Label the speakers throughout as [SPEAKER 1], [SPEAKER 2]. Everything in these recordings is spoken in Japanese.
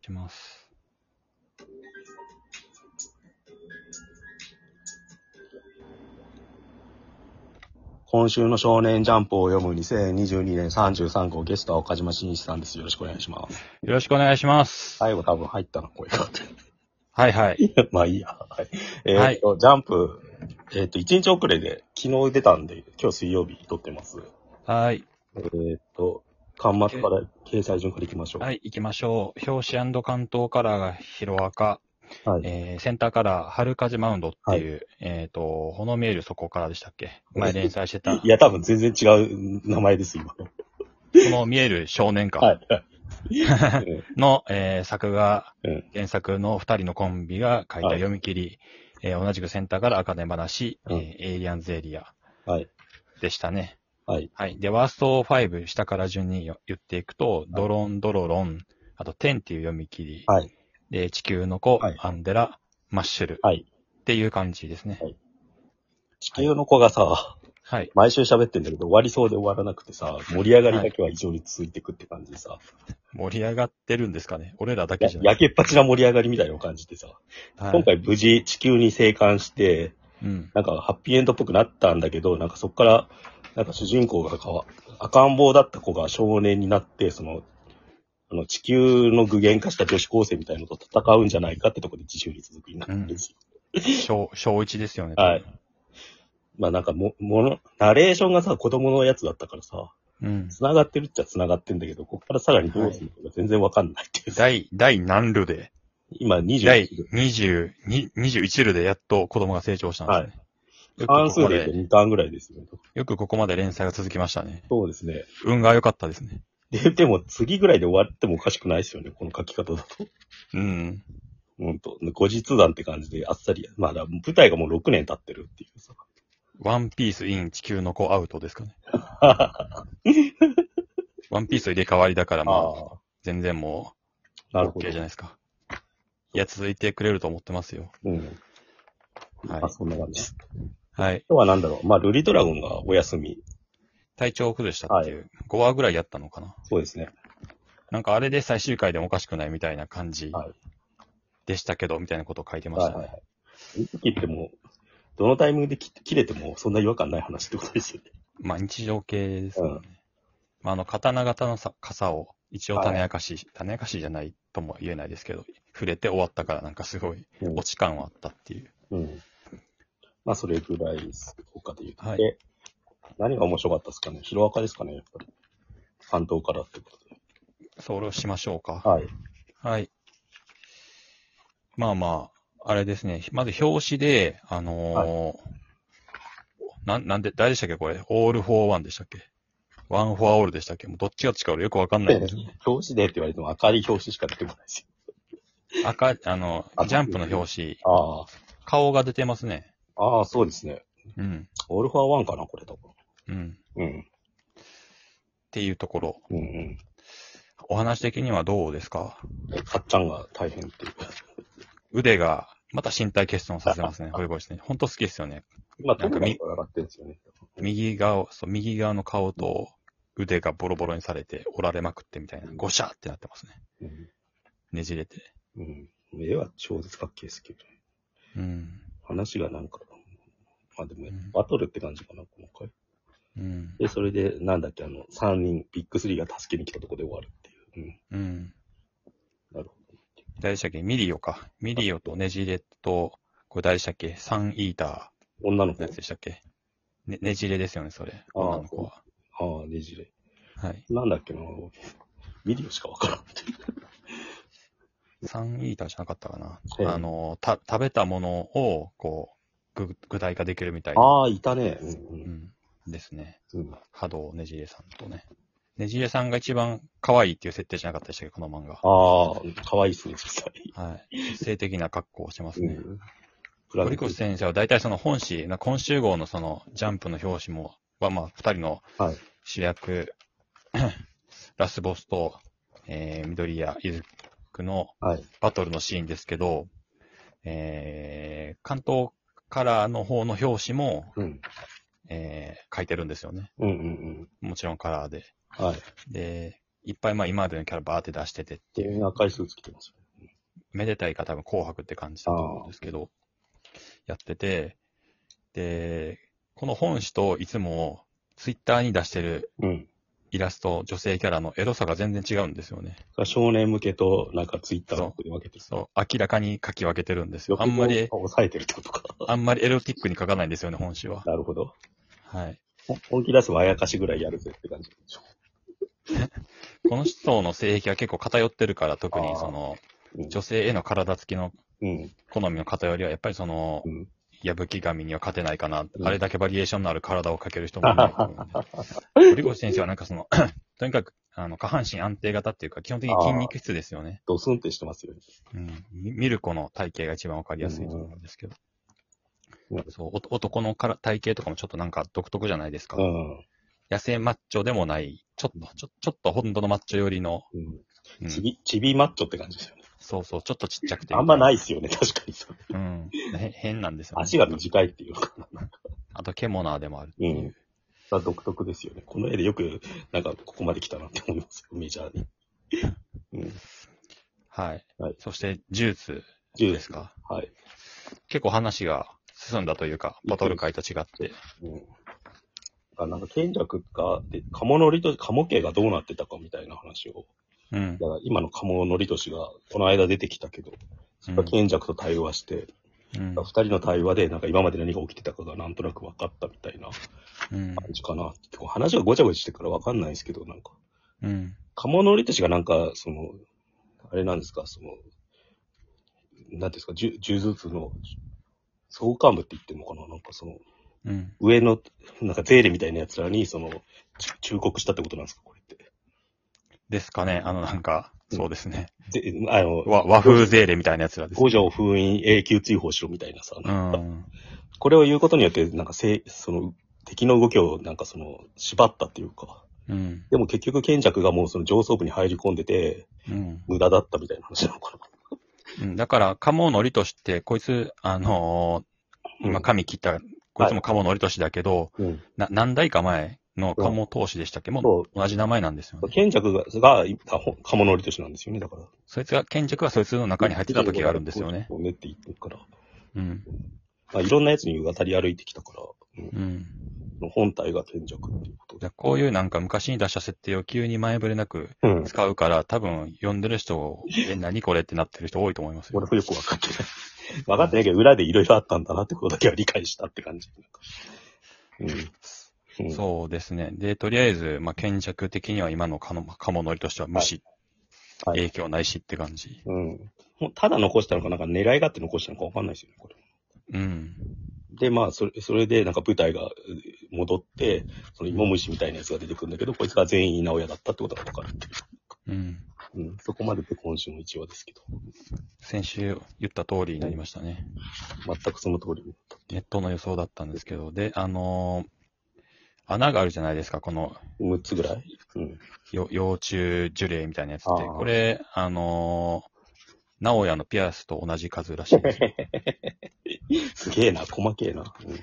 [SPEAKER 1] きます。
[SPEAKER 2] 今週の少年ジャンプを読む2022年33号ゲストは岡島真司さんです。よろしくお願いします。
[SPEAKER 1] よろしくお願いします。
[SPEAKER 2] 最後多分入ったな、声が。
[SPEAKER 1] はいはい。
[SPEAKER 2] まあいいや。はい。えーっと、ジャンプ、えーっと、1日遅れで昨日出たんで、今日水曜日撮ってます。
[SPEAKER 1] はい。
[SPEAKER 2] えーっと、端末から掲載順からいきましょう。
[SPEAKER 1] はい、行きましょう。表紙関東カラーがヒロアカ、
[SPEAKER 2] はい。
[SPEAKER 1] えー、センターカラー、春風マウンドっていう、えっ、と、ほの見えるそこからでしたっけ前連載してた
[SPEAKER 2] い、や、多分全然違う名前です、今。
[SPEAKER 1] この見える少年か。
[SPEAKER 2] はい。
[SPEAKER 1] の、えー作画
[SPEAKER 2] うん、
[SPEAKER 1] 原作の二人のコンビが書いた読み切り、えー同じくセンターから赤根話、えー
[SPEAKER 2] うん
[SPEAKER 1] エイリアンズエリア
[SPEAKER 2] はい。
[SPEAKER 1] でしたね。
[SPEAKER 2] はい。
[SPEAKER 1] はい。で、ワースト5、下から順によ言っていくと、ドロン、ドロロン、あと、テンっていう読み切り、
[SPEAKER 2] はい。
[SPEAKER 1] で、地球の子、
[SPEAKER 2] はい
[SPEAKER 1] アンデラ、マッシュル
[SPEAKER 2] はい。
[SPEAKER 1] っていう感じですね。
[SPEAKER 2] 地球の子がさ、
[SPEAKER 1] はい。
[SPEAKER 2] 毎週喋ってんだけど、終わりそうで終わらなくてさ、盛り上がりだけは異常に続いてくって感じでさ、
[SPEAKER 1] 盛り上がってるんですかね俺らだけ
[SPEAKER 2] や
[SPEAKER 1] じゃな
[SPEAKER 2] 焼
[SPEAKER 1] い。
[SPEAKER 2] けっぱちな盛り上がりみたいなのを感じてさ、
[SPEAKER 1] はい
[SPEAKER 2] 今回無事地球に生還して、
[SPEAKER 1] うん。
[SPEAKER 2] なんかハッピーエンドっぽくなったんだけど、なんかそこから、なんか主人公がかわ、赤ん坊だった子が少年になって、その、あの地球の具現化した女子高生みたいなのと戦うんじゃないかってとこで自習に続くになってるし、
[SPEAKER 1] 小、小一ですよね。
[SPEAKER 2] はい。まあなんかも、もの、ナレーションがさ、子供のやつだったからさ、
[SPEAKER 1] うん。
[SPEAKER 2] 繋がってるっちゃ繋がってんだけど、ここからさらにどうするのか全然わかんないっていう。
[SPEAKER 1] 第、第何ルで
[SPEAKER 2] 今20。
[SPEAKER 1] 第20 21ルでやっと子供が成長したんですね。よく
[SPEAKER 2] 関
[SPEAKER 1] こ
[SPEAKER 2] 数
[SPEAKER 1] こ
[SPEAKER 2] で
[SPEAKER 1] で、
[SPEAKER 2] 言うと2ターンぐらいですよね。
[SPEAKER 1] よくここまで連載が続きましたね。
[SPEAKER 2] そうですね。
[SPEAKER 1] 運が良かったですね。
[SPEAKER 2] で、でも次ぐらいで終わってもおかしくないですよね。この書き方だと。
[SPEAKER 1] うん。
[SPEAKER 2] うんと、後日談って感じであっさり。まあ、だから舞台がもう6年経ってるっていう さ。
[SPEAKER 1] ワンピースイン地球の子アウトですかね。ワンピース入れ替わりだ から、まあ、
[SPEAKER 2] あ、
[SPEAKER 1] 全然もう、
[SPEAKER 2] なるほ
[SPEAKER 1] OK じゃ。
[SPEAKER 2] ど
[SPEAKER 1] ないですか。いや、続いてくれると思ってますよ。
[SPEAKER 2] うん。
[SPEAKER 1] はい
[SPEAKER 2] あ、。そんな感じです。
[SPEAKER 1] はい。
[SPEAKER 2] 今日はなんだろう。まあ、ルリドラゴンがお休み。
[SPEAKER 1] 体調を崩したっていう、5話ぐらいやったのかな。
[SPEAKER 2] そうですね。
[SPEAKER 1] なんかあれで最終回でもおかしくないみたいな感じ
[SPEAKER 2] はい
[SPEAKER 1] でしたけど、みたいなことを書いてまし
[SPEAKER 2] はい
[SPEAKER 1] た
[SPEAKER 2] はい
[SPEAKER 1] ね。
[SPEAKER 2] はい。いつ切っても、どのタイミングで切切れてもそんな違和感ない話ってことですよね。
[SPEAKER 1] まあ、日常系ですからね
[SPEAKER 2] う。
[SPEAKER 1] まあ、あの、刀型のさ傘を一応種明かし、種明かしじゃないとも言えないですけど、触れて終わったからなんかすごい
[SPEAKER 2] うん
[SPEAKER 1] 落ち感はあったっていう。
[SPEAKER 2] うん。まあ、それぐらいです。他で言うと。
[SPEAKER 1] はい
[SPEAKER 2] で、何が面白かったですかねヒロアカですかねやっぱり。関東からってことで。
[SPEAKER 1] それをしましょうか。
[SPEAKER 2] はい。
[SPEAKER 1] はい。まあまあ、あれですね。まず表紙で、あのーなん、なんで、誰でしたっけこれ。オール・フォー・ワンでしたっけワン・フォー・オールでしたっけもうどっちが違うかよくわかんないんですよ。
[SPEAKER 2] 表紙でって言われても明るい表紙しか出てこないし。
[SPEAKER 1] 赤、あの
[SPEAKER 2] あ、
[SPEAKER 1] ジャンプの表紙、
[SPEAKER 2] ああ。
[SPEAKER 1] 顔が出てますね。
[SPEAKER 2] ああ、そうですね。
[SPEAKER 1] うん。
[SPEAKER 2] オールファーワンかな、これ多分。
[SPEAKER 1] うん。っ
[SPEAKER 2] うん。
[SPEAKER 1] ていうところ。
[SPEAKER 2] うんうん。
[SPEAKER 1] お話的にはどうですか
[SPEAKER 2] かっちゃんが大変っていう。
[SPEAKER 1] 腕が、また身体欠損させます ね。堀越ね。ほんと好きですよね。
[SPEAKER 2] 今、
[SPEAKER 1] な
[SPEAKER 2] ト
[SPEAKER 1] ん
[SPEAKER 2] ム
[SPEAKER 1] か
[SPEAKER 2] が
[SPEAKER 1] み
[SPEAKER 2] 上がってるんですよね。
[SPEAKER 1] 右側、そう、右側の顔と腕がボロボロにされて、折られまくってみたいな、ゴシャーってなってますね。
[SPEAKER 2] うん。
[SPEAKER 1] ねじれて。
[SPEAKER 2] うん。絵は超絶かっけえですけど。
[SPEAKER 1] うん。
[SPEAKER 2] 話がなんか、まあでも
[SPEAKER 1] うん、
[SPEAKER 2] バトルって感じかな、今回。
[SPEAKER 1] うん。
[SPEAKER 2] で、それで、なんだっけ、あの、3人、ビッグ3が助けに来たとこで終わるっていう。
[SPEAKER 1] うん。
[SPEAKER 2] うん。なるほ
[SPEAKER 1] 誰でしたっけミリオか。ミリオとねじれと、これ誰でしたっけサンイータ
[SPEAKER 2] ど。女の
[SPEAKER 1] ーの
[SPEAKER 2] 子。
[SPEAKER 1] やつでしたっけね、ねじれですよね、それ。
[SPEAKER 2] あー
[SPEAKER 1] 女の子は。
[SPEAKER 2] ああ、ねじれ。
[SPEAKER 1] はい。
[SPEAKER 2] なんだっけな、ミリオしかわからん。
[SPEAKER 1] サンイーターじゃなかったかな。
[SPEAKER 2] ええ
[SPEAKER 1] あの、た、食べたものを、こう、具具体化できるみたいな。
[SPEAKER 2] ああ、いたね。う
[SPEAKER 1] うんん。ですね。
[SPEAKER 2] うん。うん
[SPEAKER 1] 波動ねじれさんとね。ねじれさんが一番可愛いっていう設定じゃなかったでしたっけ、この漫画。
[SPEAKER 2] ああ、かわいいですね、実際。
[SPEAKER 1] はい。性的な格好をしてます
[SPEAKER 2] う
[SPEAKER 1] ね。
[SPEAKER 2] ん。プラ
[SPEAKER 1] 堀越先生は大体その本誌、な今週号のそのジャンプの表紙も、はまあ、二人の
[SPEAKER 2] はい
[SPEAKER 1] 主役、 ラスボスと、えー、緑谷ゆずくの
[SPEAKER 2] はい。
[SPEAKER 1] バトルのシーンですけど、えー、関東カラーの方の表紙も、
[SPEAKER 2] うん。
[SPEAKER 1] えー、書いてるんですよね。
[SPEAKER 2] うんうん
[SPEAKER 1] もちろんカラーで。
[SPEAKER 2] うん。はい。
[SPEAKER 1] で、いっぱいまあ今までのキャラバーって出しててっていう、
[SPEAKER 2] で、赤いスーツ着てますよ。
[SPEAKER 1] めでたいか多分紅白って感じだと思うんですけど、やってて、で、この本誌といつもツイッターに出してる
[SPEAKER 2] うん。
[SPEAKER 1] イラスト、女性キャラのエロさが全然違うんですよね。
[SPEAKER 2] 少年向けと、なんかツイッターの分けてる。
[SPEAKER 1] そう、明らかに書き分けてるんですよ。あんまり、
[SPEAKER 2] 抑えてるってことか。
[SPEAKER 1] あんまりエロティックに書かないんですよね、本誌は。
[SPEAKER 2] なるほど。
[SPEAKER 1] はい。
[SPEAKER 2] ほ本気出せばあやかしぐらいやるぜって感じでしょ。
[SPEAKER 1] この人の性癖は結構偏ってるから、特にその、
[SPEAKER 2] うん
[SPEAKER 1] 女性への体つきの
[SPEAKER 2] うん。
[SPEAKER 1] 好みの偏りは、やっぱりその
[SPEAKER 2] う、ん。
[SPEAKER 1] 矢吹神には勝てないかな、
[SPEAKER 2] うん
[SPEAKER 1] あれだけバリエーションのある体をかける人も いないと思うんで。堀越先生はなんかその、 とにかく、あの、下半身安定型っていうか、基本的に筋肉質ですよね。
[SPEAKER 2] ドスンってしてますよね。
[SPEAKER 1] うん。ミミルコの体型が一番わかりやすいと思うんですけど。
[SPEAKER 2] うんうん
[SPEAKER 1] そう、おと男のから体型とかもちょっとなんか独特じゃないですか。
[SPEAKER 2] うん。
[SPEAKER 1] 野生マッチョでもない、ちょっと、ちょちょっと本当のマッチョ寄りの、
[SPEAKER 2] うん。
[SPEAKER 1] うん
[SPEAKER 2] ちび、ちびマッチョって感じですよね。
[SPEAKER 1] そうそう、ちょっとちっちゃくて。。
[SPEAKER 2] あんまないいっすよね、確かにそう。
[SPEAKER 1] うん。へ変なんですよ、ね。
[SPEAKER 2] 足が短いっていうか。
[SPEAKER 1] あと、ケモナーでもある。
[SPEAKER 2] うん。さ独特ですよね。この絵でよく、なんか、ここまで来たなって思いますよ、メジャーに。うん。
[SPEAKER 1] はい。
[SPEAKER 2] はい
[SPEAKER 1] そして、ジュース
[SPEAKER 2] 10
[SPEAKER 1] です。か。
[SPEAKER 2] はい。
[SPEAKER 1] 結構話が進んだというか、バトル会と違って。
[SPEAKER 2] うん。だからなんか、賢者が、で、鴨のりと、鴨家がどうなってたかみたいな話を。
[SPEAKER 1] うん。
[SPEAKER 2] だから、今の鴨のりとしが、この間出てきたけど、それが賢者と対話して、
[SPEAKER 1] うん
[SPEAKER 2] 二、。人の対話で、なんか今まで何が起きてたかがなんとなく分かったみたいな
[SPEAKER 1] うん。
[SPEAKER 2] 感じかな。結構話がごちゃごちゃしてるから分かんないんですけど、なんか。
[SPEAKER 1] うん。
[SPEAKER 2] 鴨のりとしがなんか、その、あれなんですか、その、なんていうんですか、柔柔術の、総幹部って言ってんのかななんかその、
[SPEAKER 1] うん。
[SPEAKER 2] 上の、なんか税理みたいな奴らに、その、ち忠告したってことなんですか、これって。
[SPEAKER 1] ですかね。あの、なんか、そうですね。
[SPEAKER 2] で、あの、
[SPEAKER 1] わ和風ゼーレみたいなやつらです
[SPEAKER 2] 五。条封印永久追放しろみたいなさ、
[SPEAKER 1] うん。
[SPEAKER 2] これを言うことによって、なんかせい、その、敵の動きをなんかその、縛ったっていうか、
[SPEAKER 1] うん。
[SPEAKER 2] でも結局賢者がもうその上層部に入り込んでて、
[SPEAKER 1] うん。
[SPEAKER 2] 無駄だったみたいな話なのか
[SPEAKER 1] うんだから、鴨のりとして、こいつ、あのー
[SPEAKER 2] な。
[SPEAKER 1] 今、髪切った、こいつも鴨のりとしだけど、
[SPEAKER 2] うん。
[SPEAKER 1] な何代か前の鴨投資でしたっけ
[SPEAKER 2] そ
[SPEAKER 1] も
[SPEAKER 2] う
[SPEAKER 1] う同じ名前なんですよね。
[SPEAKER 2] 賢者が、が、か鴨のりとしなんですよね、だから。
[SPEAKER 1] そいつが、賢着はそいつの中に入ってた時があるんですよね。
[SPEAKER 2] そうねって言ってるから。
[SPEAKER 1] うん。
[SPEAKER 2] まあ、いろんなやつに渡り歩いてきたから、うん
[SPEAKER 1] うん。
[SPEAKER 2] の本体が賢者っていうこと
[SPEAKER 1] じ
[SPEAKER 2] で。
[SPEAKER 1] ゃあこういうなんか昔に出した設定を急に前触れなく
[SPEAKER 2] うん。
[SPEAKER 1] 使うから、多分読んでる人、え、何これってなってる人多いと思いますよ。
[SPEAKER 2] 俺もよくわかってない。分かってないけど、裏でいろいろあったんだなってことだけは理解したって感じ。うん。うん、
[SPEAKER 1] そうですね。で、とりあえず、まあ、賢着的には今のカモカモノリとしては無視、
[SPEAKER 2] はいはい
[SPEAKER 1] 影響ないしって感じ。
[SPEAKER 2] う。うん。もうただ残したのか、なんか狙いがあって残したのかわかんないですよね、これ。
[SPEAKER 1] うん。
[SPEAKER 2] で、まあ、それ、それで、なんか舞台がう戻って、その芋虫みたいなやつが出てくるんだけど、こいつが全員稲親だったってことがわかるってい
[SPEAKER 1] うん。
[SPEAKER 2] う。うん。そこまでで今週の一話ですけど、
[SPEAKER 1] 先週言った通りになりましたね。
[SPEAKER 2] 全くその通り。
[SPEAKER 1] ネットの予想だったんですけど、で、あのー穴があるじゃないですか、この
[SPEAKER 2] 6つぐらいうん。
[SPEAKER 1] よ幼虫樹齢みたいなやつって。
[SPEAKER 2] あー
[SPEAKER 1] これ、あのー、直哉のピアスと同じ数らしい です。
[SPEAKER 2] すげえな、細けえな。うん。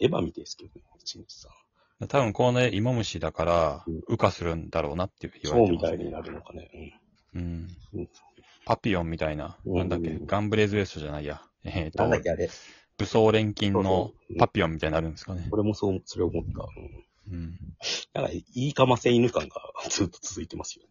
[SPEAKER 2] エヴァみてえですけどね、1、2、3。
[SPEAKER 1] うん、多分このね、芋虫だから
[SPEAKER 2] うん、
[SPEAKER 1] 羽化するんだろうなって言わ
[SPEAKER 2] そう
[SPEAKER 1] れて
[SPEAKER 2] み
[SPEAKER 1] ま
[SPEAKER 2] た
[SPEAKER 1] す
[SPEAKER 2] いに
[SPEAKER 1] ね。
[SPEAKER 2] なるのかね。うん。
[SPEAKER 1] うん
[SPEAKER 2] うん。
[SPEAKER 1] パピオンみたいな、
[SPEAKER 2] うん
[SPEAKER 1] なんだっけ、ガンブレーズウエストじゃないや。えっ、
[SPEAKER 2] なんだっ
[SPEAKER 1] と、
[SPEAKER 2] け、あれ。
[SPEAKER 1] 武装錬金の
[SPEAKER 2] そうそう
[SPEAKER 1] パピオンみたいになるんですかね。
[SPEAKER 2] 俺もそう、それ思った。
[SPEAKER 1] う
[SPEAKER 2] うん。
[SPEAKER 1] ん、
[SPEAKER 2] なんか、いいかませ犬感が ずっと続いてますよね。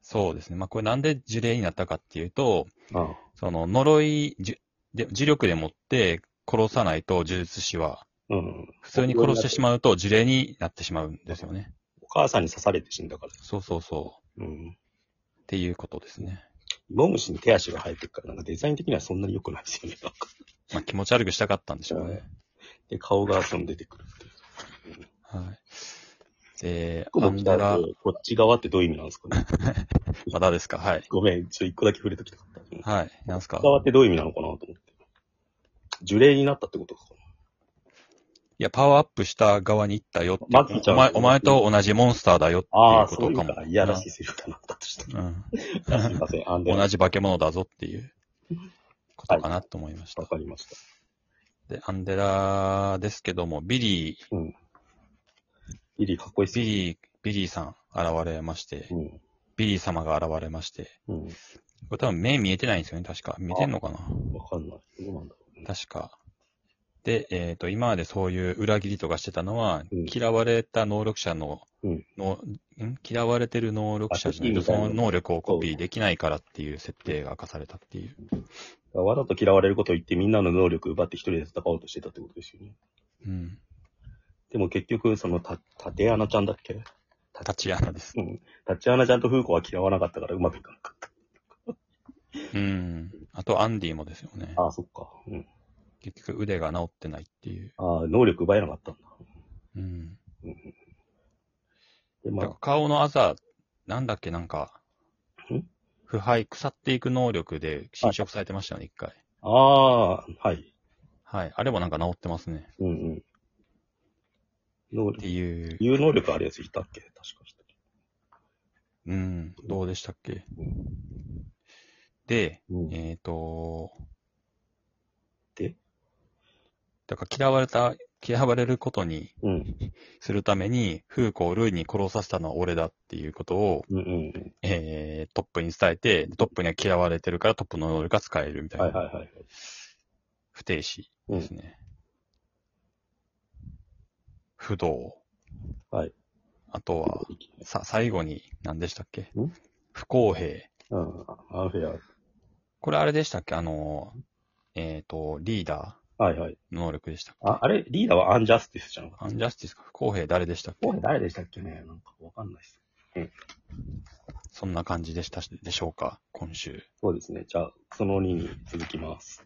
[SPEAKER 1] そうですね。まあこれなんで樹齢になったかっていうと、
[SPEAKER 2] ああ。
[SPEAKER 1] その呪い、じゅで呪力でもって殺さないと呪術師は、
[SPEAKER 2] うん。
[SPEAKER 1] 普通に殺してしまうと呪霊になってしまうんですよね。
[SPEAKER 2] お母さんに刺されて死んだから。
[SPEAKER 1] そうそうそう。
[SPEAKER 2] うん。
[SPEAKER 1] っていうことですね。
[SPEAKER 2] 芋虫に手足が生えてるから、なんかデザイン的にはそんなに良くないですよね。なんか
[SPEAKER 1] まあ気持ち悪くしたかったんでしょうね。
[SPEAKER 2] で、顔がその出てくるっていう。
[SPEAKER 1] はい。で、
[SPEAKER 2] こ
[SPEAKER 1] ア
[SPEAKER 2] こ
[SPEAKER 1] ン
[SPEAKER 2] 来
[SPEAKER 1] ダ
[SPEAKER 2] た
[SPEAKER 1] ラ、
[SPEAKER 2] こっち側ってどういう意味なんですか ね。
[SPEAKER 1] まだですかはい。
[SPEAKER 2] ごめん、ちょっと一個だけ触れときたかった。うんこ
[SPEAKER 1] はい。なんす
[SPEAKER 2] っ
[SPEAKER 1] か
[SPEAKER 2] ち側ってどういう意味なのかなと思って。呪霊になったってことか。
[SPEAKER 1] いや、パワーアップした側に行ったよって。
[SPEAKER 2] マキちゃん
[SPEAKER 1] お前、お前と同じモンスターだよって
[SPEAKER 2] あ
[SPEAKER 1] い
[SPEAKER 2] あ、
[SPEAKER 1] うこ
[SPEAKER 2] そう
[SPEAKER 1] と
[SPEAKER 2] いう
[SPEAKER 1] か
[SPEAKER 2] か
[SPEAKER 1] も。。
[SPEAKER 2] いやらしいセリフだな、だとして。す
[SPEAKER 1] うん。
[SPEAKER 2] いません、あんで。
[SPEAKER 1] 同じ化け物だぞっていうことかなと思いました。
[SPEAKER 2] わかりました。
[SPEAKER 1] で、アンデラですけども、ビリー
[SPEAKER 2] うんビリーかっこいいっす
[SPEAKER 1] ビ
[SPEAKER 2] ね。
[SPEAKER 1] リー、ビリーさん現れまして、ビリー様が現れまして、
[SPEAKER 2] うん。
[SPEAKER 1] これ多分目見えてないんですよね、確か。見てんのかな
[SPEAKER 2] うん。わかんない。どうなんだろうね。
[SPEAKER 1] 確か。で、えっ、と、今までそういう裏切りとかしてたのは、
[SPEAKER 2] うん
[SPEAKER 1] 嫌われた能力者の、
[SPEAKER 2] うん
[SPEAKER 1] のん嫌われてる能力者じゃないと、
[SPEAKER 2] あ敵みた
[SPEAKER 1] そ
[SPEAKER 2] いな
[SPEAKER 1] の能力をコピーできないからっていう設定が明かされたっていう。
[SPEAKER 2] わざと嫌われることを言ってみんなの能力を奪って一人で戦おうとしてたってことですよね。
[SPEAKER 1] うん。
[SPEAKER 2] でも結局、その、た、縦穴ちゃんだっけ
[SPEAKER 1] タチアナです。
[SPEAKER 2] うん。立穴ちゃんと風子は嫌わなかったからうまくいかなかっ
[SPEAKER 1] うん。あと、アンディもですよね
[SPEAKER 2] た。。ああ、そっか。うん。
[SPEAKER 1] 結局、腕が治ってないっていう。
[SPEAKER 2] ああ、能力奪えなかったんだ。
[SPEAKER 1] うん。
[SPEAKER 2] で、
[SPEAKER 1] だ
[SPEAKER 2] ま
[SPEAKER 1] か
[SPEAKER 2] あ
[SPEAKER 1] ら、顔のあざ、なんだっけ、なんか
[SPEAKER 2] ん、
[SPEAKER 1] 腐敗、腐っていく能力で侵食されてましたよね、一回。
[SPEAKER 2] ああ、はい。
[SPEAKER 1] はい。あれもなんか治ってますね。
[SPEAKER 2] うんうん。能
[SPEAKER 1] って
[SPEAKER 2] 力、
[SPEAKER 1] いう。
[SPEAKER 2] いう能力あるやついたっけ確か
[SPEAKER 1] うん、どうでしたっけ
[SPEAKER 2] うん。
[SPEAKER 1] で、
[SPEAKER 2] うん。
[SPEAKER 1] えっ、と、
[SPEAKER 2] で
[SPEAKER 1] だから嫌われた、嫌われることに
[SPEAKER 2] うん。
[SPEAKER 1] するために、風子をルイに殺させたのは俺だっていうことを、
[SPEAKER 2] うんうん
[SPEAKER 1] えー、トップに伝えて、トップには嫌われてるからトップの能力が使えるみた
[SPEAKER 2] う
[SPEAKER 1] い
[SPEAKER 2] ん。
[SPEAKER 1] な、
[SPEAKER 2] はいはいはい。
[SPEAKER 1] 不定詞
[SPEAKER 2] う
[SPEAKER 1] です
[SPEAKER 2] ん。
[SPEAKER 1] ね。不動。
[SPEAKER 2] はい。
[SPEAKER 1] あとは、さ、最後に何でしたっけ
[SPEAKER 2] ん
[SPEAKER 1] 不公平。
[SPEAKER 2] うん。アンフェア。
[SPEAKER 1] これあれでしたっけあの、えっ、と、リーダ
[SPEAKER 2] はいはい。
[SPEAKER 1] ーの能力でしたっけ
[SPEAKER 2] あ、あれ、リーダーはアンジャスティスじゃん。
[SPEAKER 1] アンジャスティスか不公平誰でしたっけ
[SPEAKER 2] これ誰でしたっけねなんかわかんないっす。
[SPEAKER 1] そんな感じでしたしでしょうか今週。
[SPEAKER 2] そうですね。じゃあ、その2に続きます。